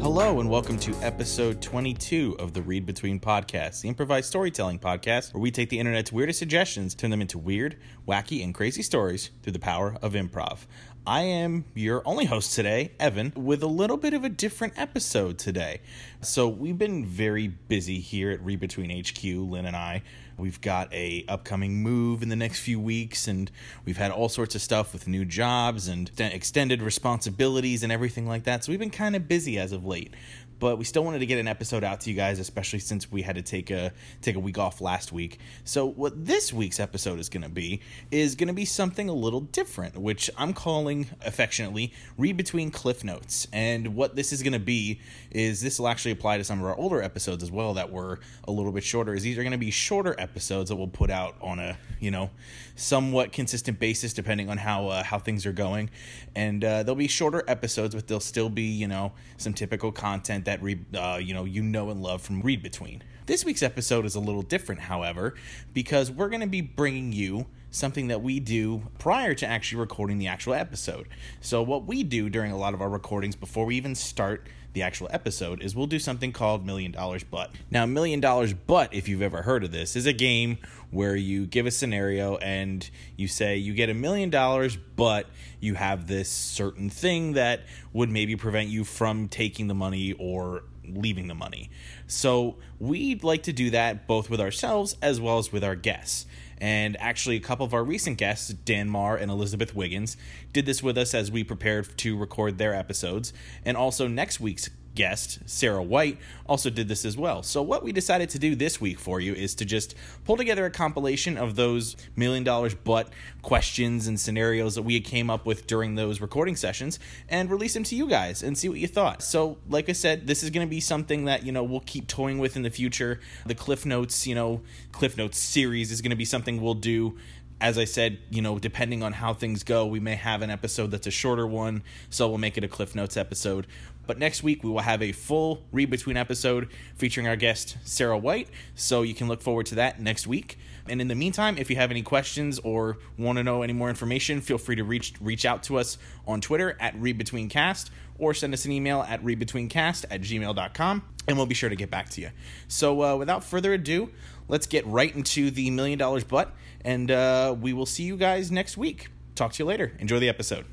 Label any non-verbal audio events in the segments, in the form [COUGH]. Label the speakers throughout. Speaker 1: Hello, and welcome to episode 22 of the Read Between Podcast, the improvised storytelling podcast where we take the internet's weirdest suggestions, turn them into weird, wacky, and crazy stories through the power of improv. I am your only host today, Evan, with a little bit of a different episode today. So we've been very busy here at Read Between HQ, Lynn and I. We've got a upcoming move in the next few weeks, and we've had all sorts of stuff with new jobs and ext- extended responsibilities and everything like that. So we've been kind of busy as of late, but we still wanted to get an episode out to you guys, especially since we had to take a take a week off last week. So what this week's episode is going to be is going to be something a little different, which I'm calling affectionately "Read Between Cliff Notes." And what this is going to be is this will actually apply to some of our older episodes as well that were a little bit shorter. Is these are going to be shorter episodes that we'll put out on a you know somewhat consistent basis, depending on how uh, how things are going, and uh, they'll be shorter episodes, but they'll still be you know some typical content that re- uh, you know you know and love from Read Between. This week's episode is a little different, however, because we're going to be bringing you something that we do prior to actually recording the actual episode. So, what we do during a lot of our recordings before we even start the actual episode is we'll do something called Million Dollars Butt. Now, Million Dollars Butt, if you've ever heard of this, is a game where you give a scenario and you say you get a million dollars, but you have this certain thing that would maybe prevent you from taking the money or leaving the money. So we'd like to do that both with ourselves as well as with our guests. And actually, a couple of our recent guests, Dan Marr and Elizabeth Wiggins, did this with us as we prepared to record their episodes. And also, next week's guest, Sarah White, also did this as well. So, what we decided to do this week for you is to just pull together a compilation of those million dollars but questions and scenarios that we came up with during those recording sessions and release them to you guys and see what you thought. So, like I said, this is going to be something that, you know, we'll keep toying with in the future. The Cliff Notes, you know, Cliff Notes series is going to be something we'll do as I said, you know, depending on how things go, we may have an episode that's a shorter one, so we'll make it a Cliff Notes episode. But next week, we will have a full read between episode featuring our guest, Sarah White, so you can look forward to that next week. And in the meantime, if you have any questions or want to know any more information, feel free to reach reach out to us on Twitter at ReadBetweenCast or send us an email at readbetweencast at gmail.com, and we'll be sure to get back to you. So uh, without further ado, let's get right into the million dollars butt, and uh, we will see you guys next week. Talk to you later. Enjoy the episode.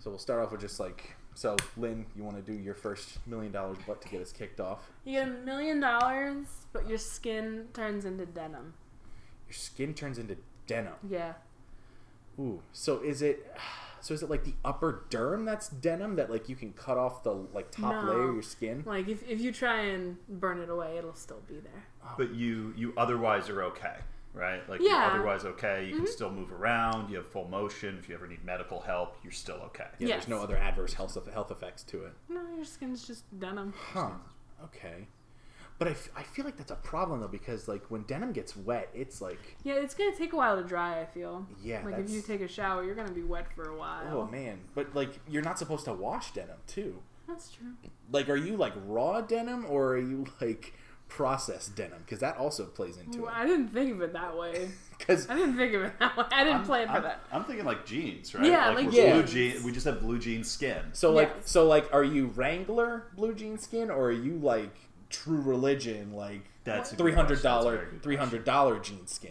Speaker 1: So we'll start off with just like so, Lynn, you want to do your first million dollars butt to get us kicked off?
Speaker 2: You get a million dollars, but your skin turns into denim.
Speaker 1: Your skin turns into denim.
Speaker 2: Yeah.
Speaker 1: Ooh. So is it? So is it like the upper derm that's denim that like you can cut off the like top
Speaker 2: No.
Speaker 1: layer of your skin?
Speaker 2: Like if, if you try and burn it away, it'll still be there.
Speaker 3: but you you otherwise are okay right like you're
Speaker 2: Yeah. Mm-hmm.
Speaker 3: otherwise okay you can still move around you have full motion if you ever need medical help you're still okay
Speaker 1: Yeah.
Speaker 2: Yes.
Speaker 1: There's no other adverse health health effects to it.
Speaker 2: No, your skin's just denim.
Speaker 1: Huh. Okay. But I, f- I feel like that's a problem though because like when denim gets wet, it's like
Speaker 2: Yeah, it's gonna take a while to dry. I feel.
Speaker 1: Yeah,
Speaker 2: Like
Speaker 1: that's-
Speaker 2: if you take a shower, you're gonna be wet for a
Speaker 1: oh
Speaker 2: while.
Speaker 1: man. But like you're not supposed to wash denim too.
Speaker 2: That's true.
Speaker 1: Like are you like raw denim or are you like processed denim? Because that also plays into
Speaker 2: Well,
Speaker 1: it.
Speaker 2: I didn't think of it that way.
Speaker 1: Because
Speaker 2: I didn't think of it that way. I didn't plan for
Speaker 3: I'm,
Speaker 2: that.
Speaker 3: I'm thinking like jeans right
Speaker 2: Yeah, like
Speaker 3: we're blue
Speaker 1: jeans.
Speaker 3: jean we just have blue jean skin
Speaker 1: so like
Speaker 2: Yes.
Speaker 1: so like are you Wrangler blue jean skin or are you like True Religion like
Speaker 3: That's a good
Speaker 1: three hundred dollar
Speaker 3: question. That's a
Speaker 1: three
Speaker 3: very
Speaker 1: hundred dollar jean skin?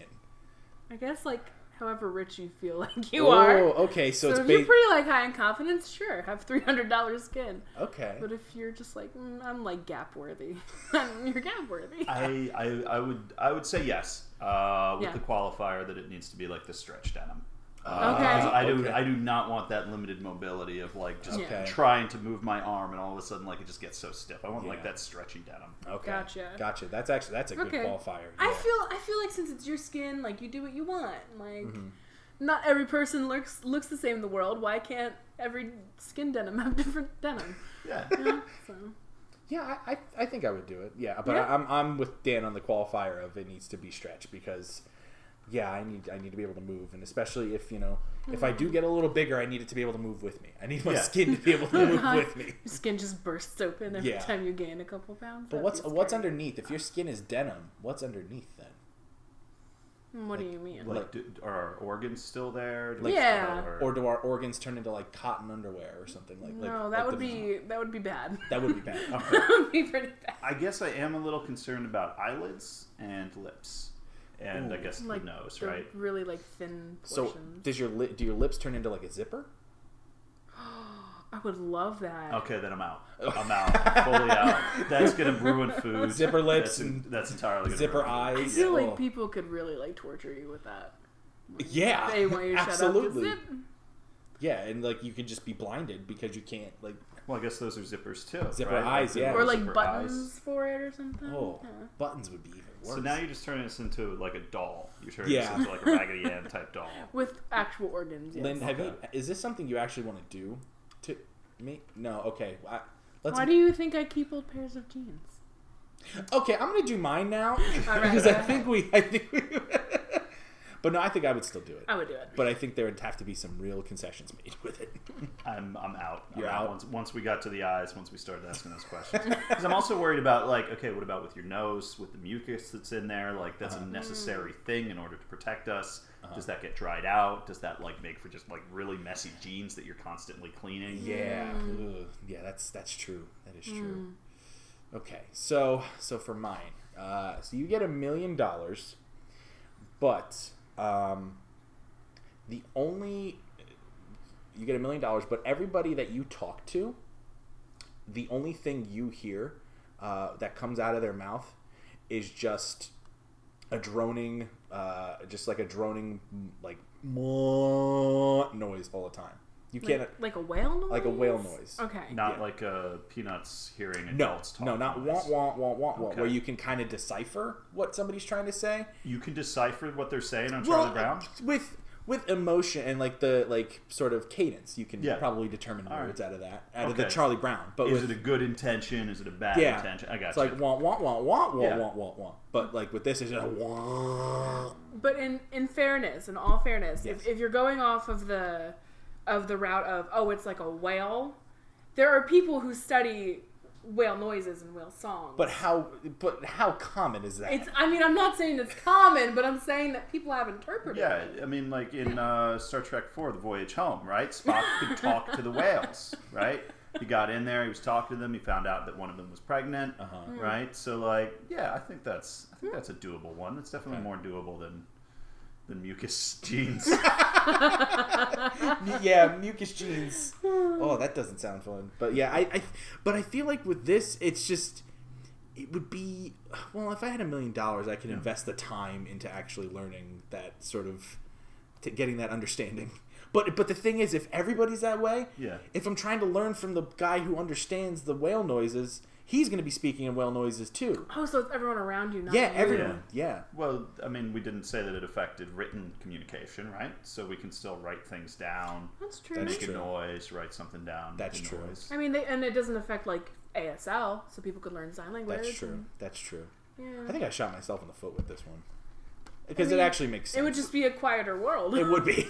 Speaker 2: I guess like however rich you feel [LAUGHS] like you
Speaker 1: oh,
Speaker 2: are.
Speaker 1: okay. So,
Speaker 2: So
Speaker 1: it's
Speaker 2: if you're
Speaker 1: based.
Speaker 2: pretty like high in confidence, sure, have three hundred dollars skin.
Speaker 1: okay.
Speaker 2: But if you're just like mm, I'm like gap worthy, [LAUGHS] you're gap worthy.
Speaker 3: I, I I would I would say yes uh, with
Speaker 2: Yeah.
Speaker 3: the qualifier that it needs to be like the stretch denim.
Speaker 2: Okay.
Speaker 3: Because I do
Speaker 1: Okay.
Speaker 3: I do not want that limited mobility of like just
Speaker 1: Okay.
Speaker 3: trying to move my arm and all of a sudden like it just gets so stiff. I want like
Speaker 1: Yeah.
Speaker 3: that stretchy denim.
Speaker 1: Okay.
Speaker 2: Gotcha.
Speaker 1: Gotcha. That's actually that's a
Speaker 2: Okay.
Speaker 1: good qualifier.
Speaker 2: I
Speaker 1: yeah.
Speaker 2: feel I feel like since it's your skin, like you do what you want. Like
Speaker 1: Mm-hmm.
Speaker 2: not every person looks looks the same in the world. Why can't every skin denim have [LAUGHS] different denim?
Speaker 3: [LAUGHS] Yeah.
Speaker 2: You know? so
Speaker 1: yeah, I, I, I think I would do it. Yeah, but
Speaker 2: Yeah.
Speaker 1: I, I'm I'm with Dan on the qualifier of it needs to be stretched because, yeah, I need I need to be able to move, and especially if you know if I
Speaker 2: Mm-hmm.
Speaker 1: do get a little bigger, I need it to be able to move with me. I need my
Speaker 3: Yeah.
Speaker 1: [LAUGHS] skin to be able
Speaker 2: [LAUGHS]
Speaker 1: to move [LAUGHS] with me.
Speaker 2: your skin just bursts open every
Speaker 1: Yeah.
Speaker 2: time you gain a couple pounds.
Speaker 1: But
Speaker 2: That'd
Speaker 1: what's
Speaker 2: be
Speaker 1: what's
Speaker 2: scary.
Speaker 1: underneath? If your skin is denim, what's underneath then?
Speaker 2: What do you mean?
Speaker 3: Like, do, are our organs still there? Do
Speaker 2: Like- Yeah.
Speaker 3: Or,
Speaker 1: Or do our organs turn into like cotton underwear or something like? like-
Speaker 2: no,
Speaker 1: like,
Speaker 2: that
Speaker 1: the-
Speaker 2: would be that would be bad.
Speaker 1: [LAUGHS]
Speaker 2: [LAUGHS]
Speaker 1: that would be bad.
Speaker 3: [LAUGHS] Okay.
Speaker 2: that would be pretty bad.
Speaker 3: I guess I am a little concerned about eyelids and lips, and I
Speaker 1: Ooh.
Speaker 3: guess the nose,
Speaker 2: the
Speaker 3: right?
Speaker 2: Really like thin
Speaker 1: So
Speaker 2: portions.
Speaker 1: does your li- do your lips turn into like a
Speaker 3: [LAUGHS]
Speaker 1: zipper?
Speaker 2: I would love that.
Speaker 3: Okay, then I'm out.
Speaker 1: [LAUGHS]
Speaker 3: I'm out. I'm fully out. That's gonna ruin food.
Speaker 1: Zipper lips
Speaker 3: That's,
Speaker 1: and
Speaker 3: that's entirely gonna
Speaker 1: Zipper
Speaker 3: ruin food.
Speaker 2: I
Speaker 1: eyes.
Speaker 2: feel like
Speaker 1: Oh.
Speaker 2: people could really like torture you with that.
Speaker 1: yeah,
Speaker 2: They want you to
Speaker 1: Ah, absolutely.
Speaker 2: shut up. Zip.
Speaker 1: Yeah, and like you could just be blinded because you can't like
Speaker 3: Well, I guess those are zippers too.
Speaker 1: Zipper
Speaker 3: right?
Speaker 1: eyes, yeah.
Speaker 2: Or
Speaker 1: Those
Speaker 2: like
Speaker 3: zipper
Speaker 2: buttons
Speaker 3: eyes.
Speaker 2: for it or something.
Speaker 1: oh
Speaker 2: Yeah.
Speaker 1: buttons would be even worse.
Speaker 3: So now you just turn this into like a doll. You turn
Speaker 1: Yeah.
Speaker 3: this into like a
Speaker 1: [LAUGHS]
Speaker 3: Raggedy Ann type doll.
Speaker 2: With actual organs. Yes.
Speaker 1: Lynn, have you,
Speaker 3: Okay.
Speaker 1: is this something you actually want to do to me? No, okay. I, let's.
Speaker 2: Why do you think I keep old pairs of jeans?
Speaker 1: okay, I'm gonna do mine now
Speaker 2: right,
Speaker 1: because I
Speaker 2: go
Speaker 1: think we. I think we. [LAUGHS] but no, I think I would still do it.
Speaker 2: I would do it.
Speaker 1: But I think there would have to be some real concessions made with it.
Speaker 3: I'm, I'm out. I'm
Speaker 1: You're out?
Speaker 3: Once, once we got to the eyes, once we started asking those questions. [LAUGHS] Because I'm also worried about, like, okay, what about with your nose, with the mucus that's in there? Like, that's
Speaker 1: Uh-huh.
Speaker 3: a necessary thing in order to protect us. Does that get dried out? Does that, like, make for just, like, really messy jeans that you're constantly cleaning?
Speaker 1: yeah, Ugh. yeah, that's that's true. That is true. Okay, so so for mine, uh, so you get a million dollars, but um, the only you get a million dollars, but everybody that you talk to, the only thing you hear uh, that comes out of their mouth is just a droning, uh, just like a droning like "Mwah" noise all the time. You
Speaker 2: like,
Speaker 1: can't
Speaker 2: like a whale noise.
Speaker 1: like a whale noise.
Speaker 2: Okay.
Speaker 3: Not
Speaker 1: Yeah.
Speaker 3: like a peanuts hearing
Speaker 1: No,
Speaker 3: adults talk.
Speaker 1: no, not
Speaker 3: noise.
Speaker 1: want, want, want, want, want,
Speaker 3: Okay.
Speaker 1: where you can kind of decipher what somebody's trying to say. uh,
Speaker 3: You can decipher what they're saying on Charlie Brown?
Speaker 1: with with emotion and like the like sort of cadence, you can
Speaker 3: Yeah.
Speaker 1: probably determine
Speaker 3: All
Speaker 1: words out of that, out of the
Speaker 3: Okay.
Speaker 1: Charlie Brown. But
Speaker 3: Is
Speaker 1: with
Speaker 3: it a good intention? Is it a bad
Speaker 1: yeah,
Speaker 3: intention? I got
Speaker 1: it's
Speaker 3: you.
Speaker 1: like want, want, want, want, want,
Speaker 3: Yeah.
Speaker 1: want, want, want. But like with this, it's just a want.
Speaker 2: But in in fairness, in all fairness,
Speaker 1: Yes.
Speaker 2: if, if you're going off of the of the route of oh, it's like a whale, there are people who study whale noises and whale songs.
Speaker 1: But how? But how common is that?
Speaker 2: it's I mean I'm not saying it's common, but I'm saying that people have interpreted. it.
Speaker 3: Yeah, I mean, like in uh, Star Trek Four, The Voyage Home, right? Spock
Speaker 2: [LAUGHS]
Speaker 3: could talk to the whales, right? He got in there, he was talking to them, he found out that one of them was pregnant,
Speaker 1: Uh-huh.
Speaker 2: Hmm.
Speaker 3: right? So, like, yeah, I think that's I think that's a doable one. It's definitely more doable than than mucus
Speaker 2: [LAUGHS]
Speaker 3: [LAUGHS] jeans.
Speaker 1: yeah, mucus jeans. Oh, that doesn't sound fun. But yeah, I, I but I feel like with this, it's just it would be well, if I had a million dollars, I could invest the time into actually learning that sort of to getting that understanding. [LAUGHS] But but the thing is, if everybody's that way,
Speaker 3: Yeah.
Speaker 1: If I'm trying to learn from the guy who understands the whale noises, he's going to be speaking in whale noises too.
Speaker 2: Oh, so it's everyone around you. Not
Speaker 1: Yeah,
Speaker 2: you.
Speaker 1: everyone. Yeah.
Speaker 3: well, I mean, we didn't say that it affected written communication, right? So we can still write things down,
Speaker 2: That's true.
Speaker 1: That's
Speaker 3: make
Speaker 1: true.
Speaker 3: a noise, write something down.
Speaker 1: That's
Speaker 3: make a
Speaker 1: true.
Speaker 3: noise.
Speaker 2: I mean, they, and it doesn't affect like ASL, so people could learn sign language.
Speaker 1: That's true.
Speaker 2: and-
Speaker 1: That's true. I
Speaker 2: Yeah.
Speaker 1: think I shot myself in the foot with this one because
Speaker 2: mean,
Speaker 1: it actually makes sense.
Speaker 2: It would just be a quieter world.
Speaker 1: It would [LAUGHS] be.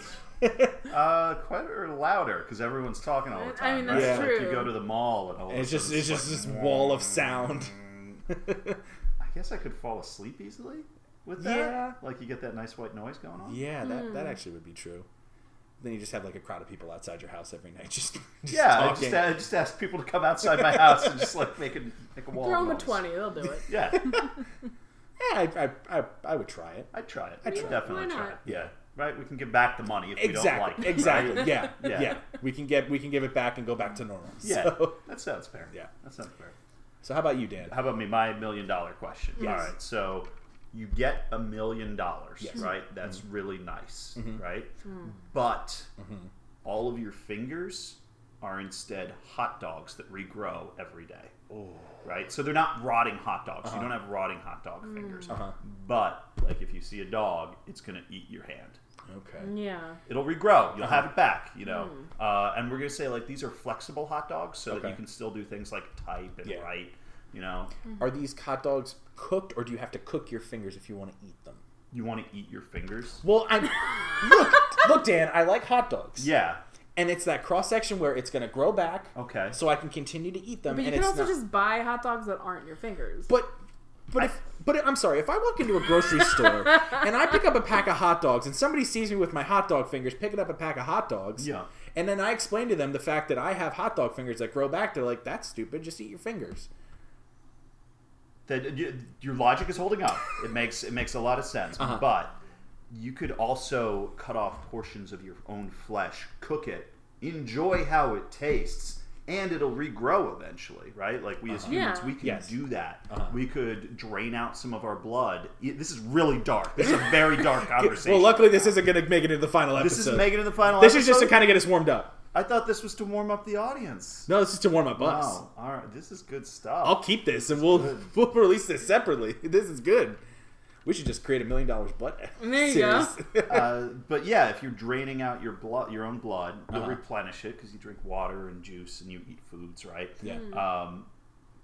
Speaker 3: Uh, quieter, or louder, because everyone's talking all
Speaker 2: [LAUGHS] I
Speaker 3: the time.
Speaker 2: mean,
Speaker 3: right?
Speaker 1: that's
Speaker 3: Like,
Speaker 2: true.
Speaker 3: you go to the mall and all. of a
Speaker 1: it's just
Speaker 3: sudden
Speaker 1: it's just
Speaker 3: like,
Speaker 1: this wall of sound.
Speaker 3: I guess I could fall asleep easily with that.
Speaker 1: Yeah.
Speaker 3: Like you get that nice white noise going
Speaker 1: [LAUGHS]
Speaker 3: on.
Speaker 1: yeah, that that actually would be true. Then you just have like a crowd of people outside your house every night, [LAUGHS] just, just
Speaker 3: Yeah, I
Speaker 1: talking.
Speaker 3: just, I just ask people to come outside my house and just like make a make a wall.
Speaker 2: Throw
Speaker 3: of
Speaker 2: them a
Speaker 3: noise.
Speaker 2: twenty; they'll do
Speaker 1: [LAUGHS]
Speaker 2: it. [LAUGHS]
Speaker 3: Yeah,
Speaker 1: yeah, I, I, I, I would try it.
Speaker 3: I'd try it. I'd
Speaker 2: Yeah,
Speaker 3: definitely
Speaker 2: why
Speaker 3: try
Speaker 2: not?
Speaker 3: it. Yeah, right. We can give back the money if we don't like
Speaker 1: Exactly,
Speaker 3: it. right?
Speaker 1: exactly. [LAUGHS] Yeah, yeah,
Speaker 3: Yeah.
Speaker 1: We can get we can give it back and go back to normal.
Speaker 3: Yeah,
Speaker 1: So, [LAUGHS]
Speaker 3: that sounds fair.
Speaker 1: Yeah.
Speaker 3: that sounds fair.
Speaker 1: so how about you, Dan?
Speaker 3: How about me? My million dollar question.
Speaker 1: Yes.
Speaker 3: All right. So you get a million dollars,
Speaker 1: Yes. Mm-hmm.
Speaker 3: right? That's really nice, right? But
Speaker 1: Mm-hmm.
Speaker 3: all of your fingers are instead hot dogs that regrow every day.
Speaker 1: Oh.
Speaker 3: Right? So they're not rotting hot dogs.
Speaker 1: Uh-huh.
Speaker 3: You don't have rotting hot dog
Speaker 1: Mm.
Speaker 3: fingers. But like if you see a dog, it's going to eat your hand
Speaker 1: Okay.
Speaker 2: Yeah.
Speaker 3: it'll regrow.
Speaker 1: Uh-huh.
Speaker 3: You'll have it back, you know. Uh, and we're gonna say like these are flexible hot dogs, so that
Speaker 1: Mm. Okay.
Speaker 3: you can still do things like type and
Speaker 1: Yeah.
Speaker 3: write. You know,
Speaker 1: Are these hot dogs cooked, or do you have to cook your fingers if you want to eat them?
Speaker 3: you want to eat your fingers.
Speaker 1: Well, I [LAUGHS] look, look, Dan. I like hot dogs.
Speaker 3: Yeah.
Speaker 1: and it's that cross section where it's going to grow back.
Speaker 3: Okay.
Speaker 1: So I can continue to eat them.
Speaker 2: But you
Speaker 1: and
Speaker 2: can
Speaker 1: it's
Speaker 2: also
Speaker 1: not-
Speaker 2: just buy hot dogs that aren't your fingers.
Speaker 1: But But if but I'm sorry, if I walk into a grocery
Speaker 2: [LAUGHS]
Speaker 1: store and I pick up a pack of hot dogs and somebody sees me with my hot dog fingers picking up a pack of hot dogs,
Speaker 3: Yeah.
Speaker 1: and then I explain to them the fact that I have hot dog fingers that grow back, they're like, "That's stupid. Just eat your fingers."
Speaker 3: that you, your logic is holding up. It makes it makes a lot of sense.
Speaker 1: Uh-huh.
Speaker 3: But you could also cut off portions of your own flesh, cook it, enjoy how it tastes, and it'll regrow eventually, right? Like we as humans,
Speaker 2: Yeah.
Speaker 3: we can
Speaker 1: Uh-huh. Yes. Uh-huh.
Speaker 3: do that. We could drain out some of our blood. Y- This is really dark. This is a very dark conversation.
Speaker 1: [LAUGHS] Well, luckily this isn't going to make it into the final
Speaker 3: this
Speaker 1: episode.
Speaker 3: is making it in the final.
Speaker 1: This is just to
Speaker 3: episode?
Speaker 1: kind of get us warmed up.
Speaker 3: I thought this was to warm up the audience.
Speaker 1: No, this is to warm up us.
Speaker 3: Wow. All right. This is good stuff.
Speaker 1: I'll keep this and we'll we'll release this separately. [LAUGHS] This is good. We should just create a million dollars butt. [LAUGHS]
Speaker 2: There you go.
Speaker 1: series.
Speaker 3: Uh, but yeah, if you're draining out your blood, your own blood, you'll
Speaker 1: Uh-huh.
Speaker 3: replenish it because you drink water and juice and you eat foods, right?
Speaker 1: Yeah.
Speaker 2: Hmm.
Speaker 1: Mm.
Speaker 3: Um,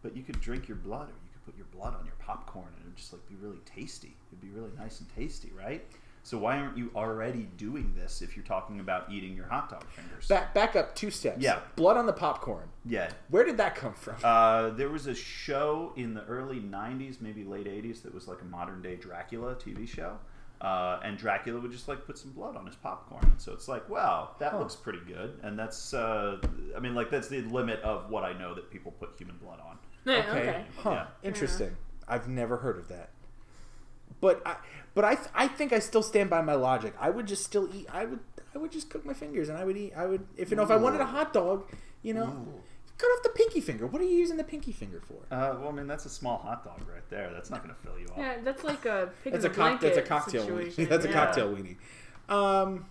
Speaker 3: but you could drink your blood, or you could put your blood on your popcorn, and it'd just like be really tasty. It'd be really nice and tasty, right? So why aren't you already doing this if you're talking about eating your hot dog fingers?
Speaker 1: back back up two steps.
Speaker 3: Yeah.
Speaker 1: Blood on the popcorn.
Speaker 3: yeah.
Speaker 1: Where did that come from?
Speaker 3: Uh, there was a show in the early 90s, maybe late 80s, that was like a modern day Dracula TV show. Uh, and Dracula would just like put some blood on his popcorn. So it's like, wow, that looks pretty good. And that's, uh, I mean, like, that's the limit of what I know that people put human blood on.
Speaker 2: [LAUGHS] Yeah, okay.
Speaker 1: Huh.
Speaker 3: Yeah.
Speaker 1: Interesting. I've never heard of that. But I but I th- I think I still stand by my logic. I would just still eat. I would I would just cook my fingers and I would eat. I would if you know if I wanted a hot dog, you know, cut off the pinky finger. What are you using the pinky finger for?
Speaker 3: Uh, well, I mean, that's a small hot dog right there. That's not going to fill you up.
Speaker 2: Yeah, that's like a pig
Speaker 1: That's
Speaker 2: in
Speaker 1: a
Speaker 2: a
Speaker 1: cock,
Speaker 2: blanket
Speaker 1: that's a cocktail
Speaker 2: situation.
Speaker 1: weenie. [LAUGHS] That's a
Speaker 2: yeah.
Speaker 1: cocktail weenie. Um,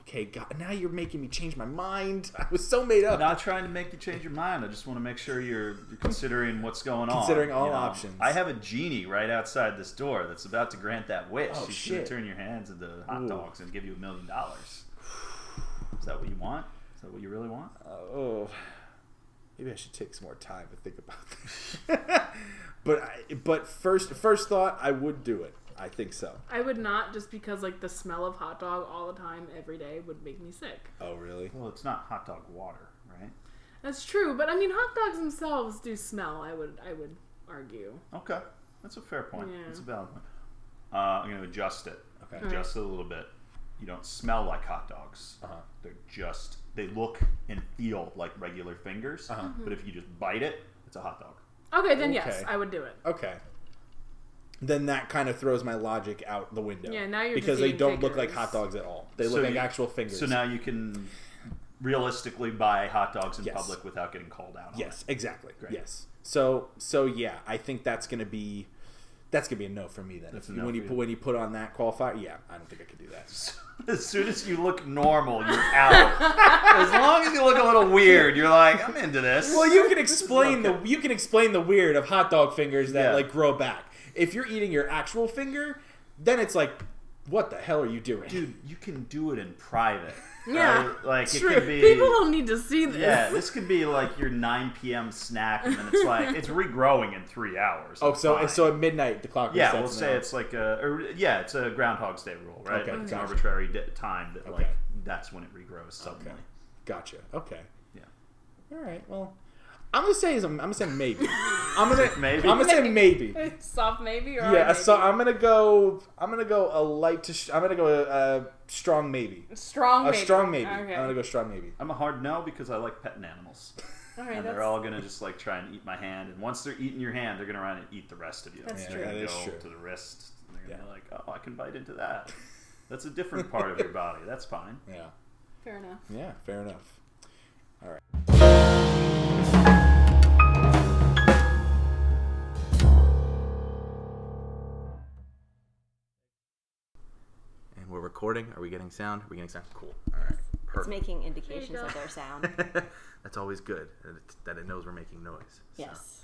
Speaker 1: okay, God, now you're making me change my mind. I was so made up.
Speaker 3: I'm not trying to make you change your mind. I just want to make sure you're, you're considering what's going on.
Speaker 1: Considering all options.
Speaker 3: I have a genie right outside this door that's about to grant that wish.
Speaker 1: Oh,
Speaker 3: He's
Speaker 1: shit.
Speaker 3: gonna turn your hands into hot
Speaker 1: Ooh.
Speaker 3: dogs and give you a million dollars. Is that what you want? Is that what you really want?
Speaker 1: oh, maybe I should take some more time to think about that. [LAUGHS] but I, but first first thought, I would do it. I think so.
Speaker 2: I would not just because like the smell of hot dog all the time every day would make me sick.
Speaker 1: Oh, really?
Speaker 3: Well, it's not hot dog water, right?
Speaker 2: That's true, but I mean hot dogs themselves do smell. I would I would argue.
Speaker 3: Okay, that's a fair point.
Speaker 2: Yeah.
Speaker 3: That's a valid point. Uh, I'm going to adjust it.
Speaker 1: Okay.
Speaker 3: adjust it a little bit. You don't smell like hot dogs.
Speaker 1: Uh-huh.
Speaker 3: They're just they look and feel like regular fingers.
Speaker 1: Uh-huh.
Speaker 2: Mm-hmm.
Speaker 3: But if you just bite it, it's a hot dog.
Speaker 2: Okay, then yes,
Speaker 1: Okay.
Speaker 2: I would do it.
Speaker 1: Okay. Then that kind of throws my logic out the window.
Speaker 2: Yeah, now you're just
Speaker 1: because they
Speaker 2: eating
Speaker 1: don't look like
Speaker 2: fingers.
Speaker 1: hot dogs at all. They look
Speaker 3: So
Speaker 1: like
Speaker 3: you-
Speaker 1: actual fingers.
Speaker 3: So now you can realistically buy hot dogs in
Speaker 1: Yes.
Speaker 3: public without getting called out. On
Speaker 1: Yes,
Speaker 3: it.
Speaker 1: exactly.
Speaker 3: Great.
Speaker 1: Yes. So so yeah, I think that's gonna be that's gonna be a no for me then.
Speaker 3: That's
Speaker 1: If-
Speaker 3: a no
Speaker 1: when
Speaker 3: for
Speaker 1: you
Speaker 3: you.
Speaker 1: put when you put on that qualifier, yeah, I don't think I could do that.
Speaker 3: [LAUGHS] As soon as you look normal, you're out.
Speaker 2: [LAUGHS]
Speaker 3: as long as you look a little weird, you're like, I'm into this.
Speaker 1: Well, you can explain the you can explain the weird of hot dog fingers that
Speaker 3: Yeah.
Speaker 1: like grow back. If you're eating your actual finger, then it's like, what the hell are you doing?
Speaker 3: dude, you can do it in private.
Speaker 2: Yeah,
Speaker 3: right? like it
Speaker 2: True.
Speaker 3: could be.
Speaker 2: People don't need to see this.
Speaker 1: [LAUGHS]
Speaker 3: yeah, this could be like your 9 p.m. snack, and then it's like it's regrowing in three hours.
Speaker 1: [LAUGHS] Oh, so
Speaker 3: Fine.
Speaker 1: so at midnight the clock.
Speaker 3: yeah,
Speaker 1: resets
Speaker 3: we'll say
Speaker 1: now.
Speaker 3: it's like a or, yeah, it's a Groundhog's Day rule, right?
Speaker 1: Okay,
Speaker 3: Like, it's an
Speaker 1: gotcha.
Speaker 3: arbitrary d- time that like
Speaker 1: Okay.
Speaker 3: that's when it regrows suddenly.
Speaker 1: gotcha. Okay.
Speaker 3: Yeah.
Speaker 1: All right. Well, I'm gonna say is I'm, I'm gonna say
Speaker 3: [LAUGHS]
Speaker 1: maybe. I'm gonna
Speaker 3: Maybe?
Speaker 1: I'm gonna say maybe.
Speaker 2: [LAUGHS] Soft maybe or a
Speaker 1: Yeah,
Speaker 2: maybe?
Speaker 1: so I'm gonna go. I'm gonna go a light to. Sh- I'm gonna go a, a strong maybe.
Speaker 2: strong
Speaker 1: A
Speaker 2: maybe.
Speaker 1: strong maybe.
Speaker 2: Okay.
Speaker 1: I'm gonna go strong maybe.
Speaker 3: I'm a hard no because I like petting animals,
Speaker 2: all right,
Speaker 3: and
Speaker 2: that's,
Speaker 3: they're all gonna just like try and eat my hand. And once they're eating your hand, they're gonna run and eat the rest of you.
Speaker 2: That's
Speaker 3: And
Speaker 2: true.
Speaker 3: They're gonna
Speaker 1: That is
Speaker 3: go
Speaker 1: true.
Speaker 3: to the wrist. And they're gonna
Speaker 1: Yeah.
Speaker 3: be like, oh, I can bite into that. That's a different
Speaker 1: [LAUGHS]
Speaker 3: part of your body. That's fine.
Speaker 1: Yeah.
Speaker 2: fair enough.
Speaker 1: Yeah. Fair enough.
Speaker 4: And we're recording. Are we getting sound? Are we getting sound? Cool. All right.
Speaker 5: It's
Speaker 4: Perfect.
Speaker 5: making indications of
Speaker 1: [LAUGHS]
Speaker 5: their sound.
Speaker 4: [LAUGHS] That's always good that it, that it knows we're making noise. So-
Speaker 5: Yes.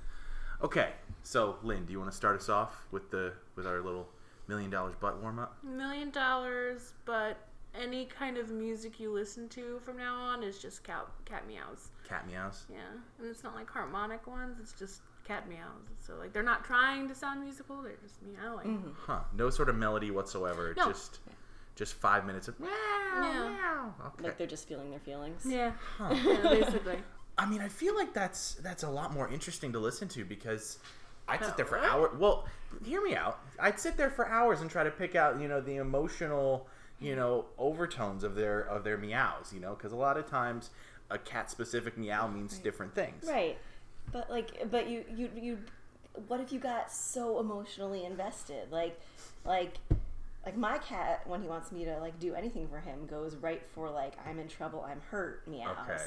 Speaker 4: Okay. So, Lynn, do you want to start us off with the with our little million dollars butt warm up?
Speaker 2: Million dollars, but any kind of music you listen to from now on is just cat cat meows.
Speaker 4: Cat meows.
Speaker 2: Yeah, and it's not like harmonic ones. It's just cat meows. So like they're not trying to sound musical. They're just meowing.
Speaker 3: Mm-hmm.
Speaker 4: Huh. No sort of melody whatsoever.
Speaker 2: No.
Speaker 4: Just just five minutes of wow,
Speaker 2: Yeah.
Speaker 4: wow. Okay.
Speaker 5: Like they're just feeling their feelings.
Speaker 2: Yeah. [LAUGHS] yeah, basically.
Speaker 4: I mean, I feel like that's that's a lot more interesting to listen to because
Speaker 1: I'd sit there
Speaker 5: Oh.
Speaker 1: for hours. Well, hear me out. I'd sit there for hours and try to pick out, you know, the emotional, you know, overtones of their of their meows. You know, because a lot of times a cat specific meow means different things.
Speaker 5: Right. But like but you you you what if you got so emotionally invested? Like like like my cat when he wants me to like do anything for him goes right for like I'm in trouble, I'm hurt meows.
Speaker 1: Okay.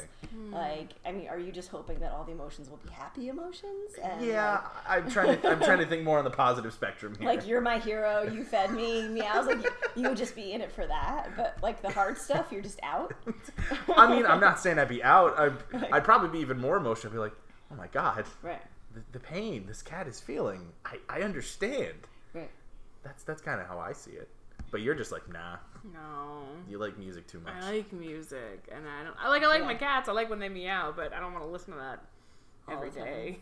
Speaker 5: Like I mean, are you just hoping that all the emotions will be happy emotions? And,
Speaker 1: Yeah, I- I'm trying to. I'm trying to think more on the positive spectrum here.
Speaker 5: Like, like, you're my hero, you fed me meows. Like you, you would just be in it for that, but like the hard stuff, you're just out.
Speaker 1: [LAUGHS] I mean, I'm not saying I'd be out. I'd, I'd probably be even more emotional. Be like, oh my god,
Speaker 5: Right.
Speaker 1: the, the pain this cat is feeling. I, I understand.
Speaker 5: Right.
Speaker 1: That's that's kind of how I see it. But you're just like, nah,
Speaker 2: No.
Speaker 1: you like music too much.
Speaker 2: I like music, and I don't. I like. I like my cats. I like when they meow, but I don't want to listen to that every
Speaker 5: the
Speaker 3: [LAUGHS]
Speaker 5: time.
Speaker 2: day.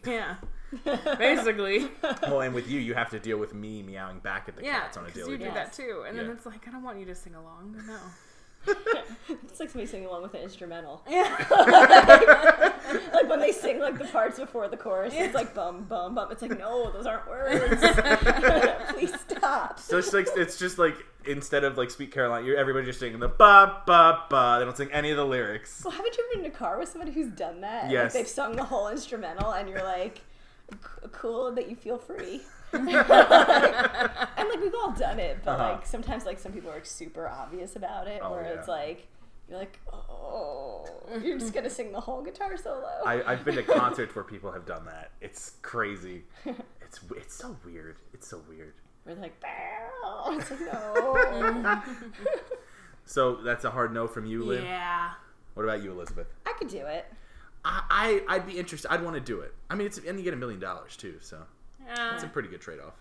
Speaker 2: Yeah. Basically.
Speaker 1: well, and with you, you have to deal with me meowing back at the
Speaker 2: Yeah,
Speaker 1: cats on a
Speaker 2: 'cause
Speaker 1: daily
Speaker 2: you do
Speaker 1: basis.
Speaker 5: basis.
Speaker 2: that too, and then
Speaker 1: Yeah.
Speaker 2: it's like I don't want you to sing along. No.
Speaker 5: [LAUGHS] It's like somebody singing along with an instrumental. [LAUGHS]
Speaker 2: Yeah.
Speaker 5: like when they sing like the parts before the chorus, it's like bum bum bum. It's like no, those aren't [LAUGHS] words. Please stop.
Speaker 1: So it's like it's just like instead of like Sweet Caroline, you everybody just singing the ba ba ba. They don't sing any of the lyrics.
Speaker 5: Well, haven't you been in a car with somebody who's done that? Like,
Speaker 1: Yes.
Speaker 5: they've sung the whole instrumental, and you're like, "C- cool that you feel free. [LAUGHS] and like we've all done it, but
Speaker 1: Uh-huh.
Speaker 5: like sometimes like some people are super obvious about it,
Speaker 1: Oh,
Speaker 5: where
Speaker 1: yeah.
Speaker 5: it's like. You're like, oh, you're just gonna sing the whole guitar solo.
Speaker 1: I, I've been to concerts where people have done that. It's
Speaker 2: [LAUGHS]
Speaker 1: crazy. It's it's so weird. It's so weird.
Speaker 5: We're like, "Bow." it's like, no.
Speaker 1: [LAUGHS] So that's a hard no from you, Liv.
Speaker 2: yeah.
Speaker 1: What about you, Elizabeth?
Speaker 5: I could do it.
Speaker 1: I, I I'd be interested. I'd want to do it. I mean, it's and you get a million dollars too, so
Speaker 2: Yeah.
Speaker 1: it's a pretty good trade off.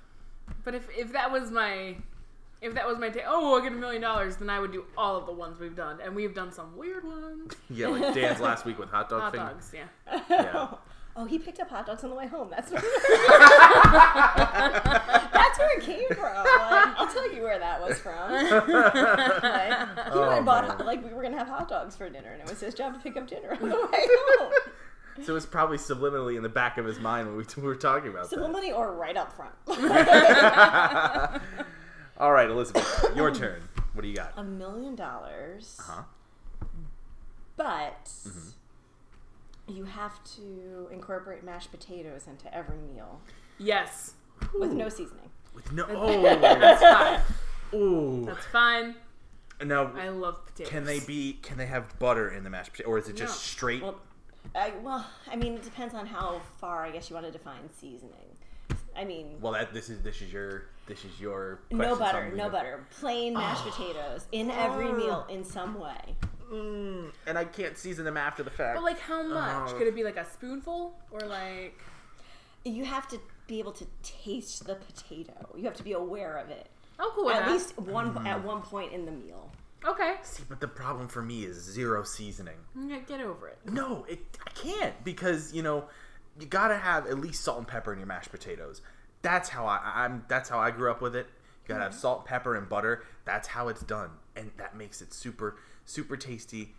Speaker 2: But if if that was my if that was my day, oh, I get a million dollars, then I would do all of the ones we've done, and we've done some weird ones.
Speaker 1: Yeah, like
Speaker 2: [LAUGHS]
Speaker 1: Dan's last week with hot dog
Speaker 2: Hot
Speaker 1: thing.
Speaker 2: dogs, yeah.
Speaker 1: Yeah.
Speaker 5: Oh, he picked up hot dogs on the way home. That's where, that's where it came from. Like, I'll tell you where that was from.
Speaker 2: [LAUGHS]
Speaker 5: Like, he went and bought
Speaker 1: man.
Speaker 5: hot- like we were gonna have hot dogs for dinner, and it was his job to pick up dinner on the way home.
Speaker 1: [LAUGHS] So it's probably subliminally in the back of his mind when we, we were talking about
Speaker 5: Subliminally or right up front.
Speaker 1: that. [LAUGHS] All right, Elizabeth, your turn. What do you got?
Speaker 2: [LAUGHS]
Speaker 5: A million dollars,
Speaker 1: Huh?
Speaker 5: but you have to incorporate mashed potatoes into every meal
Speaker 2: Yes.
Speaker 5: with no seasoning.
Speaker 1: With no. Oh.
Speaker 2: Fine.
Speaker 1: Ooh.
Speaker 2: That's fine. I
Speaker 1: Now,
Speaker 2: love potatoes.
Speaker 1: can they be? Can they have butter in the mashed potato, or is it just
Speaker 2: No.
Speaker 1: straight?
Speaker 5: Well, I, well, I mean, it depends on how far I guess you want to define seasoning. I mean,
Speaker 1: Well, that this is this is your this is your question, so I'm
Speaker 5: no
Speaker 1: Ah.
Speaker 5: butter, no
Speaker 1: leaving-
Speaker 5: butter, plain mashed potatoes in every meal in some way.
Speaker 1: Mm, and I can't season them after the fact.
Speaker 2: But like, how much?
Speaker 1: Oh.
Speaker 2: Could it be like a spoonful, or like?
Speaker 5: You have to be able to taste the potato. You have to be aware of it
Speaker 2: Oh, cool.
Speaker 5: at
Speaker 2: yeah.
Speaker 5: least one
Speaker 1: Mm.
Speaker 5: at one point in the meal.
Speaker 2: Okay.
Speaker 1: See, but the problem for me is zero seasoning.
Speaker 5: Mm-hmm.
Speaker 2: Yeah, Get over it.
Speaker 1: No, it I can't because you know you gotta have at least salt and pepper in your mashed potatoes. That's how I, I'm. That's how I grew up with it. You gotta
Speaker 5: Mm-hmm.
Speaker 1: have salt, pepper, and butter. That's how it's done, and that makes it super, super tasty.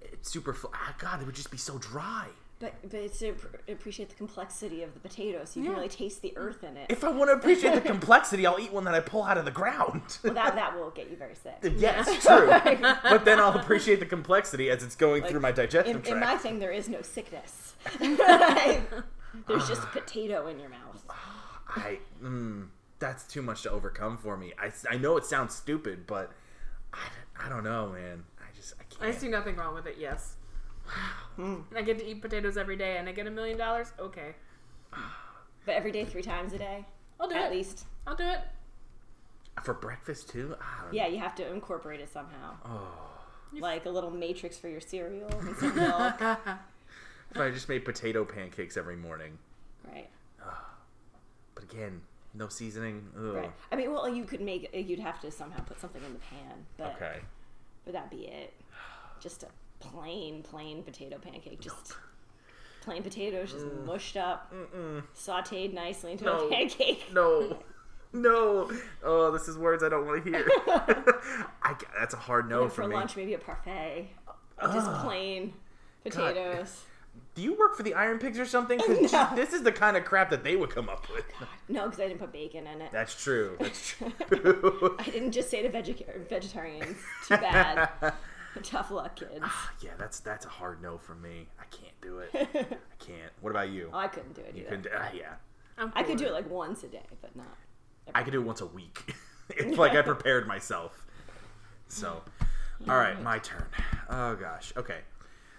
Speaker 1: It's super. Fl- ah, God, it would just be so dry.
Speaker 5: But but it's to app- appreciate the complexity of the potato, so you
Speaker 2: Yeah.
Speaker 5: can really taste the earth in it.
Speaker 1: If I want to appreciate the complexity, I'll eat one that I pull out of the ground. [LAUGHS]
Speaker 5: that that will get you very sick.
Speaker 1: yes,
Speaker 5: [LAUGHS]
Speaker 1: true. But then I'll appreciate the complexity as it's going through my digestive
Speaker 5: In,
Speaker 1: tract.
Speaker 5: in my thing, there is no
Speaker 1: [LAUGHS]
Speaker 5: sickness. [LAUGHS] There's
Speaker 1: Ah.
Speaker 5: just potato in your mouth.
Speaker 1: I mm, that's too much to overcome for me. I, I know it sounds stupid, but I, I don't know, man. I just I
Speaker 2: I
Speaker 1: can't.
Speaker 2: see nothing wrong with it. Yes.
Speaker 5: Hmm.
Speaker 2: I get to eat potatoes every day, and I get a million dollars. Okay.
Speaker 5: But every day, three times a day,
Speaker 2: I'll do it.
Speaker 5: at least.
Speaker 2: I'll do it.
Speaker 1: for breakfast too. I don't
Speaker 5: Yeah, you have to incorporate it somehow.
Speaker 1: Oh.
Speaker 5: Like a little matrix for your cereal and some milk.
Speaker 1: If I just made potato pancakes every morning,
Speaker 5: right.
Speaker 1: but again, no seasoning. Ugh.
Speaker 5: Right. I mean, well, you could make. You'd have to somehow put something in the pan, but
Speaker 1: Okay.
Speaker 5: but that'd be it. Just a plain, plain potato pancake. Just plain potatoes, just mushed up, sautéed nicely into
Speaker 1: No.
Speaker 5: a pancake.
Speaker 1: No. No. Oh, this is words I don't want to hear. [LAUGHS]
Speaker 5: [LAUGHS]
Speaker 1: I, g- that's a hard no
Speaker 5: and
Speaker 1: for,
Speaker 5: for
Speaker 1: me.
Speaker 5: lunch, maybe a parfait. Just plain potatoes.
Speaker 1: do you work for the Iron Pigs or
Speaker 5: [LAUGHS]
Speaker 1: something? 'Cause
Speaker 5: No.
Speaker 1: gee, this is the kind of crap that they would come up
Speaker 5: [LAUGHS]
Speaker 1: with.
Speaker 5: No, because I didn't put bacon in it.
Speaker 1: That's true.
Speaker 5: [LAUGHS]
Speaker 1: That's true.
Speaker 5: I didn't just say to vegetar- vegetarians, too bad. Tough luck, kids.
Speaker 1: [LAUGHS] yeah, that's that's a hard no for me. I can't do
Speaker 5: [LAUGHS]
Speaker 1: it. I can't. What about you?
Speaker 5: Oh, I couldn't do it
Speaker 1: you
Speaker 5: either.
Speaker 1: couldn't. do- ah, yeah,
Speaker 2: I'm
Speaker 5: I could
Speaker 2: for
Speaker 5: do it like once a day, but not.
Speaker 1: I could do it once a
Speaker 5: [LAUGHS]
Speaker 1: week. [LAUGHS] it's like I prepared myself.
Speaker 5: [LAUGHS]
Speaker 1: So, all right, my turn. Oh gosh. Okay.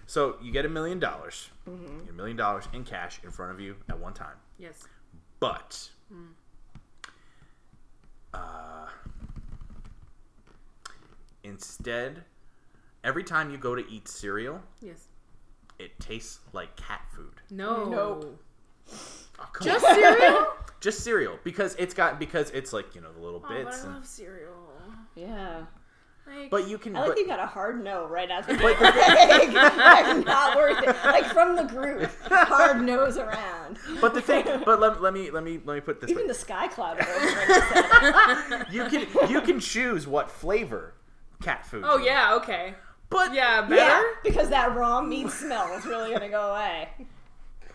Speaker 1: So you get a million dollars, You
Speaker 5: Mm-hmm.
Speaker 1: get a million dollars in cash in front of you at one time.
Speaker 2: Yes.
Speaker 1: but uh, instead every time you go to eat cereal
Speaker 2: Yes.
Speaker 1: it tastes like cat food
Speaker 2: No.
Speaker 5: Nope.
Speaker 1: oh, come
Speaker 2: Just
Speaker 1: on.
Speaker 2: cereal?
Speaker 1: just cereal because it's got because it's like you know the little
Speaker 2: oh,
Speaker 1: [LAUGHS]
Speaker 2: but
Speaker 1: bits
Speaker 2: I
Speaker 1: and-
Speaker 2: love cereal.
Speaker 5: Yeah.
Speaker 2: Like,
Speaker 1: but you can
Speaker 5: I like
Speaker 1: but,
Speaker 5: you got a hard no right out the gate.
Speaker 1: [LAUGHS]
Speaker 5: [LAUGHS] Like, I'm not worth it. Like from the group, hard nose around.
Speaker 1: but the thing but let, let me let me let me put it this way.
Speaker 5: Even the
Speaker 1: [LAUGHS]
Speaker 5: sky cloud. rose when you said it.
Speaker 1: you can you can choose what flavor cat food
Speaker 2: oh
Speaker 1: you
Speaker 2: yeah, okay.
Speaker 1: But
Speaker 2: yeah, better.
Speaker 5: Yeah, because that raw meat smell is really gonna go away.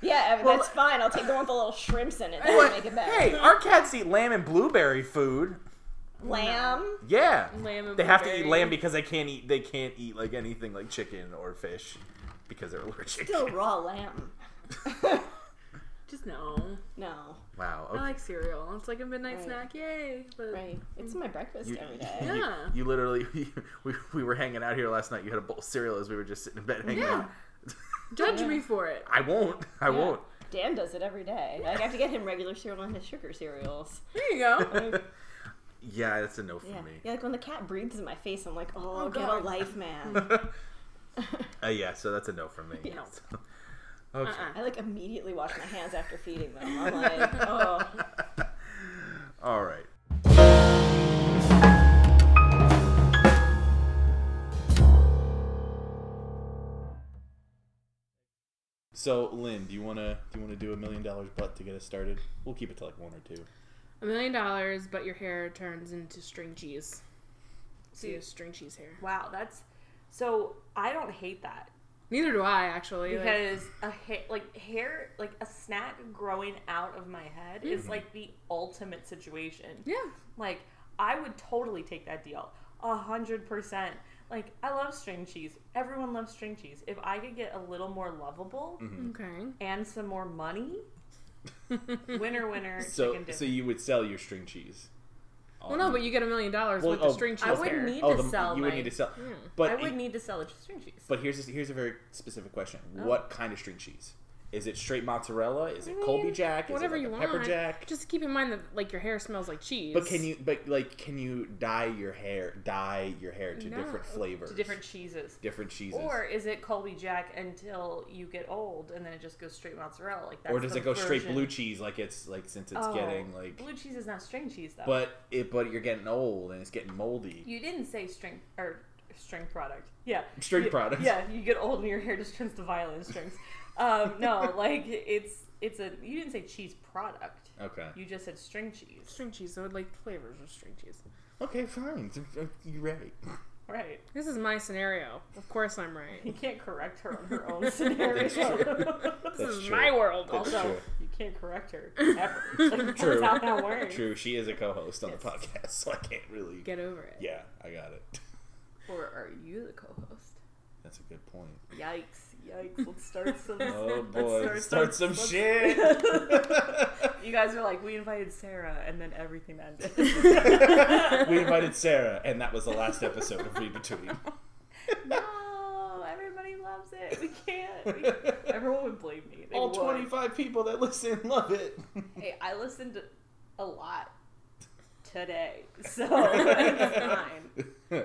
Speaker 5: Yeah, I mean, that's fine. I'll take the one with the little shrimps in it. That would
Speaker 1: want.
Speaker 5: make it better.
Speaker 1: hey our cats eat lamb and blueberry food
Speaker 5: Lamb.
Speaker 1: Yeah.
Speaker 2: Lamb and
Speaker 1: they have to eat
Speaker 2: blueberry.
Speaker 1: lamb because they can't eat they can't eat like anything like chicken or fish because they're [LAUGHS] allergic.
Speaker 5: Still raw lamb. [LAUGHS]
Speaker 2: Just no.
Speaker 5: no.
Speaker 1: Wow.
Speaker 2: I
Speaker 1: okay.
Speaker 2: like cereal. It's like a midnight
Speaker 5: Right.
Speaker 2: snack. Yay. But
Speaker 5: Right. It's my breakfast
Speaker 1: You,
Speaker 5: every
Speaker 1: you-
Speaker 5: day.
Speaker 1: you-
Speaker 2: Yeah.
Speaker 1: you literally [LAUGHS] we, we were hanging out here last night. You had a bowl of cereal as we were just sitting in bed hanging out.
Speaker 2: Yeah. judge
Speaker 5: Yeah.
Speaker 2: me for it.
Speaker 1: [LAUGHS] I won't. I
Speaker 5: Yeah.
Speaker 1: won't.
Speaker 5: Dan does it every day. Like, I have to get him regular cereal and his sugar cereals.
Speaker 2: There you
Speaker 5: [LAUGHS]
Speaker 2: go.
Speaker 1: [LAUGHS] Yeah, that's a no for
Speaker 5: Yeah.
Speaker 1: me.
Speaker 5: yeah, like when the cat breathes in my face, I'm like, oh,
Speaker 2: Oh,
Speaker 5: get a
Speaker 2: God. [LAUGHS]
Speaker 5: life, man.
Speaker 1: [LAUGHS] Uh, yeah, so that's a no for me.
Speaker 5: Yeah.
Speaker 1: So- okay.
Speaker 5: I like immediately wash my hands after feeding
Speaker 1: [LAUGHS]
Speaker 5: them. I'm like, oh.
Speaker 1: All right. So, Lynn, do you wanna do you wanna do a million dollars butt to get us started? We'll keep it to like one or two.
Speaker 2: A million dollars, but your hair turns into string cheese. So you have string cheese hair.
Speaker 6: Wow, that's so. I don't hate that
Speaker 2: Neither do I actually. like-
Speaker 6: because a ha- like hair, like a snack growing out of my head
Speaker 1: Mm-hmm.
Speaker 6: is like the ultimate situation.
Speaker 2: yeah.
Speaker 6: Like I would totally take that deal, a hundred percent. Like I love string cheese. Everyone loves string cheese. If I could get a little more lovable
Speaker 1: Mm-hmm. Hmm.
Speaker 2: Okay.
Speaker 6: and some
Speaker 1: [LAUGHS]
Speaker 6: more money, winner winner.
Speaker 1: So,
Speaker 6: chicken dinner.
Speaker 1: so you would sell your string cheese.
Speaker 2: Well, no, but you get a million dollars
Speaker 1: Oh, Well,
Speaker 2: with
Speaker 1: oh,
Speaker 2: the string cheese
Speaker 6: I would
Speaker 2: hair.
Speaker 6: need
Speaker 1: oh,
Speaker 6: to
Speaker 1: the-
Speaker 6: sell.
Speaker 1: you would
Speaker 6: my-
Speaker 1: need to sell. But
Speaker 6: I e-, would
Speaker 1: it-
Speaker 6: need to sell the string cheese.
Speaker 1: But here's a, here's a very specific question. What kind of string cheese? Is it straight mozzarella? Is it Colby
Speaker 2: mean,
Speaker 1: Jack? Is it
Speaker 2: Whatever
Speaker 1: like
Speaker 2: you
Speaker 1: a
Speaker 2: want.
Speaker 1: pepper jack?
Speaker 2: Just keep in mind that like your hair smells like cheese.
Speaker 1: But can you but like can you dye your hair dye your hair to
Speaker 2: No,
Speaker 1: different
Speaker 2: to
Speaker 1: flavors?
Speaker 6: to different cheeses.
Speaker 1: different cheeses.
Speaker 6: Or is it Colby Jack until you get old and then it just goes straight mozzarella? Like that's
Speaker 1: Or does
Speaker 6: the
Speaker 1: it go straight
Speaker 6: version-
Speaker 1: blue cheese like it's like since it's
Speaker 6: Oh,
Speaker 1: getting like
Speaker 6: blue cheese is not string cheese though.
Speaker 1: [LAUGHS] but it but you're getting old and it's getting moldy.
Speaker 6: you didn't say string or string product. Yeah,
Speaker 1: String
Speaker 6: You-
Speaker 1: product.
Speaker 6: Yeah, you get old and your hair just turns to violin strings. um, no,
Speaker 1: [LAUGHS]
Speaker 6: like it's it's a you didn't say cheese product.
Speaker 1: Okay.
Speaker 6: You just said string cheese.
Speaker 2: string cheese? I would like flavors of string cheese.
Speaker 1: Okay, fine. uh, You're right.
Speaker 6: [LAUGHS] Right.
Speaker 2: This is my scenario. Of course I'm
Speaker 6: You
Speaker 1: [LAUGHS]
Speaker 2: right.
Speaker 6: can't correct her on her own scenario.
Speaker 1: That's
Speaker 2: This is
Speaker 1: true.
Speaker 2: my world.
Speaker 1: That's
Speaker 6: also,
Speaker 1: true.
Speaker 6: you can't
Speaker 1: [LAUGHS]
Speaker 6: correct her ever. Like,
Speaker 1: True.
Speaker 6: That's how that works.
Speaker 1: True, she is a co-host on the
Speaker 6: Yes.
Speaker 1: podcast, so I can't really
Speaker 2: Get over it.
Speaker 1: Yeah, I got it. [LAUGHS]
Speaker 6: Or are you the co-host?
Speaker 1: That's a good point.
Speaker 6: Yikes! Yikes!
Speaker 1: [LAUGHS]
Speaker 6: Let's start some.
Speaker 1: Oh
Speaker 6: [LAUGHS] let's
Speaker 1: boy, start some
Speaker 6: let's- [LAUGHS]
Speaker 1: shit. [LAUGHS]
Speaker 6: You guys were like, we invited Sarah, and then everything ended.
Speaker 1: [LAUGHS]
Speaker 6: [LAUGHS]
Speaker 1: we invited Sarah, and that was the last episode of Read Between.
Speaker 6: no, everybody loves it. [LAUGHS] We
Speaker 1: [LAUGHS]
Speaker 6: can't. We can't. Everyone would blame me. They
Speaker 1: All
Speaker 6: would.
Speaker 1: 25 people that listen love it. [LAUGHS]
Speaker 6: Hey, I listened a lot today,
Speaker 1: [LAUGHS]
Speaker 6: so [LAUGHS] it's fine.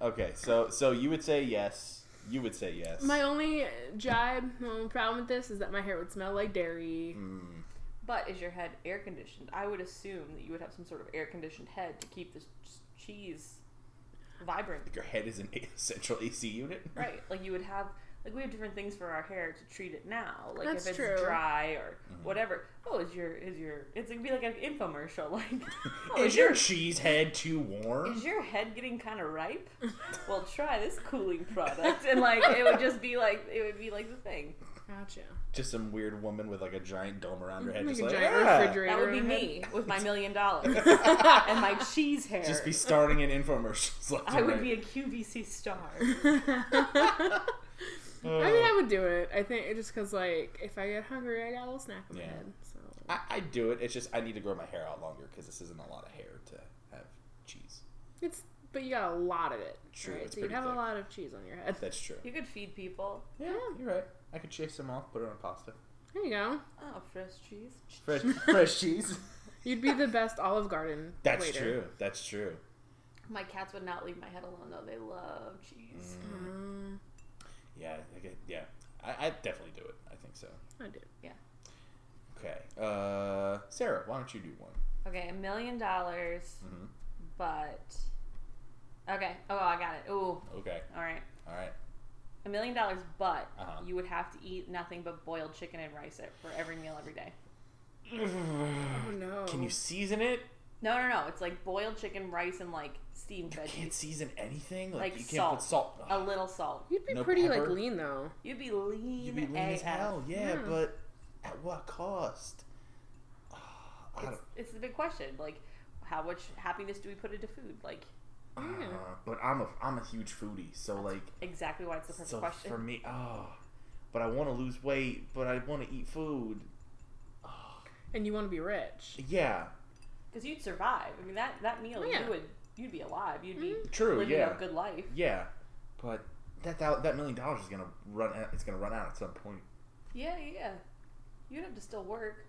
Speaker 1: okay, so so you would say yes. You would say yes.
Speaker 2: My only jibe, my only problem with this is that my hair would smell like dairy.
Speaker 1: Mm.
Speaker 6: But is your head air conditioned? I would assume that you would have some sort of air conditioned head to keep this ch- cheese vibrant.
Speaker 1: Your head is an [LAUGHS] a- central AC unit.
Speaker 6: Right. Like you would have like we have different things for our hair to treat it now. Like
Speaker 2: That's
Speaker 6: if it's
Speaker 2: true.
Speaker 6: dry or
Speaker 1: Mm-hmm.
Speaker 6: whatever. Oh, is your is your it's gonna be like an infomercial. [LAUGHS] Like
Speaker 1: [LAUGHS]
Speaker 6: oh,
Speaker 1: Is your cheese head too warm?
Speaker 6: is your head getting kind of ripe? well, try this cooling product, and like it would just be like it would be like the thing.
Speaker 2: Gotcha.
Speaker 1: Just some weird woman with like a giant dome around her head,
Speaker 2: Like
Speaker 1: just
Speaker 2: a
Speaker 1: like
Speaker 2: giant
Speaker 1: "Ah!"
Speaker 2: refrigerator.
Speaker 6: That would be
Speaker 2: overhead.
Speaker 6: me with my million dollars and my cheese hair.
Speaker 1: Just be starring in infomercials. [LAUGHS] Left
Speaker 6: I
Speaker 1: and
Speaker 6: would
Speaker 1: right.
Speaker 6: be a QVC star.
Speaker 2: [LAUGHS] I think I would do it. I think just because, like, if I get hungry, I got a little snack in
Speaker 1: Yeah.
Speaker 2: my head. So
Speaker 1: I, I do it. It's just I need to grow my hair out longer because this isn't a lot of hair to have cheese.
Speaker 2: it's, but you got a lot of it.
Speaker 1: True, it's
Speaker 2: so you'd
Speaker 1: pretty
Speaker 2: have
Speaker 1: thick.
Speaker 2: a lot of cheese on your head.
Speaker 1: That's true.
Speaker 6: You could feed people.
Speaker 1: Yeah, you're right. I could chase them off, put it on pasta.
Speaker 2: There you go.
Speaker 6: Oh, fresh cheese.
Speaker 1: Fresh, [LAUGHS] fresh cheese.
Speaker 2: You'd be the best Olive Garden.
Speaker 1: That's
Speaker 2: waiter.
Speaker 1: true. That's true.
Speaker 6: My cats would not leave my head alone though. They love cheese.
Speaker 2: Mm,
Speaker 1: Yeah, I get, yeah. I, I definitely do it. I think so.
Speaker 2: I do.
Speaker 1: Okay, uh, Sarah, why don't you do one?
Speaker 6: Okay, a million dollars,
Speaker 1: Mhm.
Speaker 6: but okay. Oh, I got it. Ooh,
Speaker 1: Okay,
Speaker 6: all right.
Speaker 1: all
Speaker 6: [SIGHS]
Speaker 1: right.
Speaker 6: A million dollars, but
Speaker 1: Uh-huh.
Speaker 6: you would have to eat nothing but boiled chicken and rice it for every meal every day.
Speaker 2: Oh no.
Speaker 1: Can you season it?
Speaker 6: No, no, no. It's like boiled chicken, rice, and like steamed
Speaker 1: You
Speaker 6: veggies.
Speaker 1: can't season anything. Like,
Speaker 6: Like
Speaker 1: you can't put salt.
Speaker 6: salt. A little salt.
Speaker 2: You'd be
Speaker 1: No
Speaker 2: pretty
Speaker 1: pepper?
Speaker 2: like lean though.
Speaker 6: You'd be lean, Hmm.
Speaker 1: You'd be lean as
Speaker 6: AF.
Speaker 1: hell. Yeah,
Speaker 2: Yeah.
Speaker 1: but at what cost? Ah, I
Speaker 6: It's,
Speaker 1: don't.
Speaker 6: it's the big question. Like, how much happiness do we put into food? Like, Hmm.
Speaker 2: Yeah.
Speaker 1: Ah, but I'm a I'm a huge foodie, so like
Speaker 6: exactly why it's the perfect
Speaker 1: so
Speaker 6: question.
Speaker 1: for me, oh, but I want to lose weight, but I want to eat food.
Speaker 2: And you want to be rich.
Speaker 1: Yeah,
Speaker 6: Because you'd survive. I mean, that that
Speaker 1: Oh,
Speaker 6: meal,
Speaker 2: Yeah.
Speaker 6: you would you'd be alive. You'd be
Speaker 1: true.
Speaker 6: living
Speaker 1: yeah,
Speaker 6: a good life.
Speaker 1: yeah, but that thou- that million dollars is gonna run. out- It's gonna run out at some point.
Speaker 6: Yeah, yeah. You'd have to still work.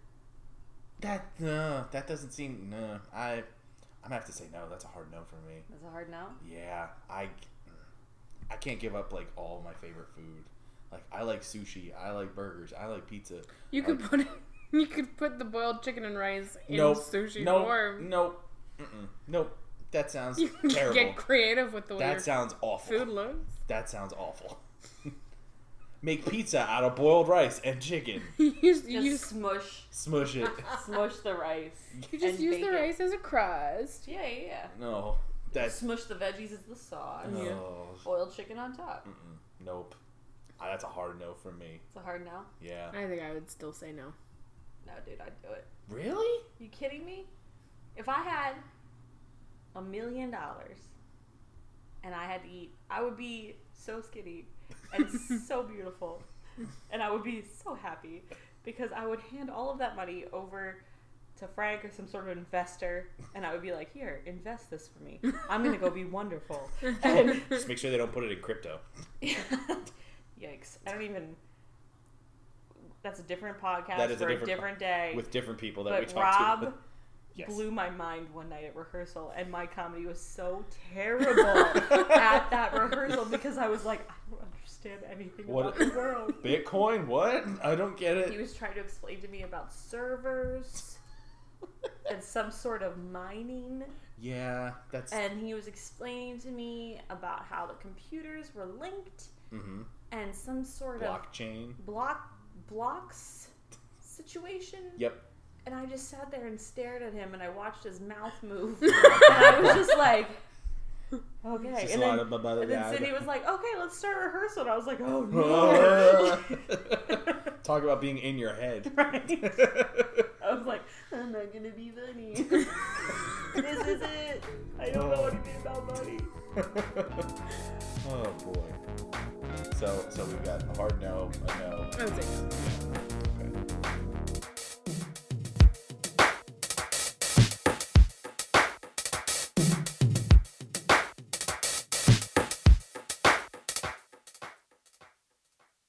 Speaker 1: That no, that doesn't seem no. I I'm gonna have to say no. That's a hard no for me.
Speaker 6: That's a hard no.
Speaker 1: Yeah, I I can't give up like all my favorite food. Like I like sushi, I like burgers, I like pizza.
Speaker 2: You could put [LAUGHS] you could put the boiled chicken and rice in
Speaker 1: nope.
Speaker 2: sushi
Speaker 1: nope.
Speaker 2: form.
Speaker 1: Nope. Mm-mm. Nope. That sounds
Speaker 2: [LAUGHS] You could
Speaker 1: terrible.
Speaker 2: get creative with the way
Speaker 1: that
Speaker 2: your
Speaker 1: sounds awful.
Speaker 2: food looks. [LAUGHS]
Speaker 1: That sounds awful. [LAUGHS] Make pizza out of boiled rice and chicken.
Speaker 2: you just,
Speaker 6: Just
Speaker 2: you just,
Speaker 6: smush,
Speaker 1: Smush
Speaker 2: [LAUGHS]
Speaker 1: it.
Speaker 6: smush the rice.
Speaker 2: you just
Speaker 6: and
Speaker 2: use
Speaker 6: bake
Speaker 2: the
Speaker 6: it.
Speaker 2: rice as a crust.
Speaker 6: Yeah, yeah, yeah.
Speaker 1: No. That's
Speaker 6: Smush the veggies as the sauce.
Speaker 1: no.
Speaker 2: Yeah.
Speaker 6: Boiled chicken on top.
Speaker 1: Mm-mm. Nope. Ah, that's a hard no for me.
Speaker 6: It's a hard no.
Speaker 1: Yeah.
Speaker 2: I think I would still say
Speaker 6: [LAUGHS]
Speaker 2: no. [LAUGHS]
Speaker 6: No, dude, I'd do it.
Speaker 1: Really?
Speaker 6: [LAUGHS] You kidding me? If I had a million dollars and I had to eat, I would be so skinny and so beautiful. And I would be so happy because I would hand all of that money over to Frank or some sort of investor and I would be like, here, invest this for me. I'm going to go be wonderful. And
Speaker 1: Just make sure they don't put it in crypto.
Speaker 6: yikes. I don't even. That's a different podcast
Speaker 1: That is a
Speaker 6: for a
Speaker 1: different
Speaker 6: different,
Speaker 1: po-
Speaker 6: day.
Speaker 1: with different people that we
Speaker 6: but
Speaker 1: talk
Speaker 6: Rob
Speaker 1: to. Yes.
Speaker 6: blew my mind one night at rehearsal, and my comedy was so terrible
Speaker 1: [LAUGHS]
Speaker 6: at that rehearsal because I was like, I don't understand anything
Speaker 1: What-
Speaker 6: about the world.
Speaker 1: [LAUGHS] [LAUGHS] Bitcoin? What? I don't get
Speaker 6: He
Speaker 1: it.
Speaker 6: was trying to explain to me about
Speaker 1: [LAUGHS]
Speaker 6: servers and some sort of mining,
Speaker 1: Yeah, that's.
Speaker 6: and he was explaining to me about how the computers were linked
Speaker 1: hmm
Speaker 6: and some sort
Speaker 1: Blockchain.
Speaker 6: of block blocks situation.
Speaker 1: Yep.
Speaker 6: And I just sat there and stared at him, and I watched his mouth move. and I was just like, okay.
Speaker 1: Just a
Speaker 6: and
Speaker 1: lot
Speaker 6: then,
Speaker 1: of blah, blah,
Speaker 6: and then
Speaker 1: blah,
Speaker 6: Sydney was like, okay, let's start rehearsal. And I was [LAUGHS] like,
Speaker 1: [LAUGHS]
Speaker 6: oh no.
Speaker 1: blah. Talk about being in your head.
Speaker 6: right.
Speaker 1: [LAUGHS]
Speaker 6: I was like, I'm not gonna be funny. [LAUGHS] this is it. I don't know anything about money.
Speaker 1: oh boy. So, so we've got a hard no, a no,
Speaker 2: I would say no.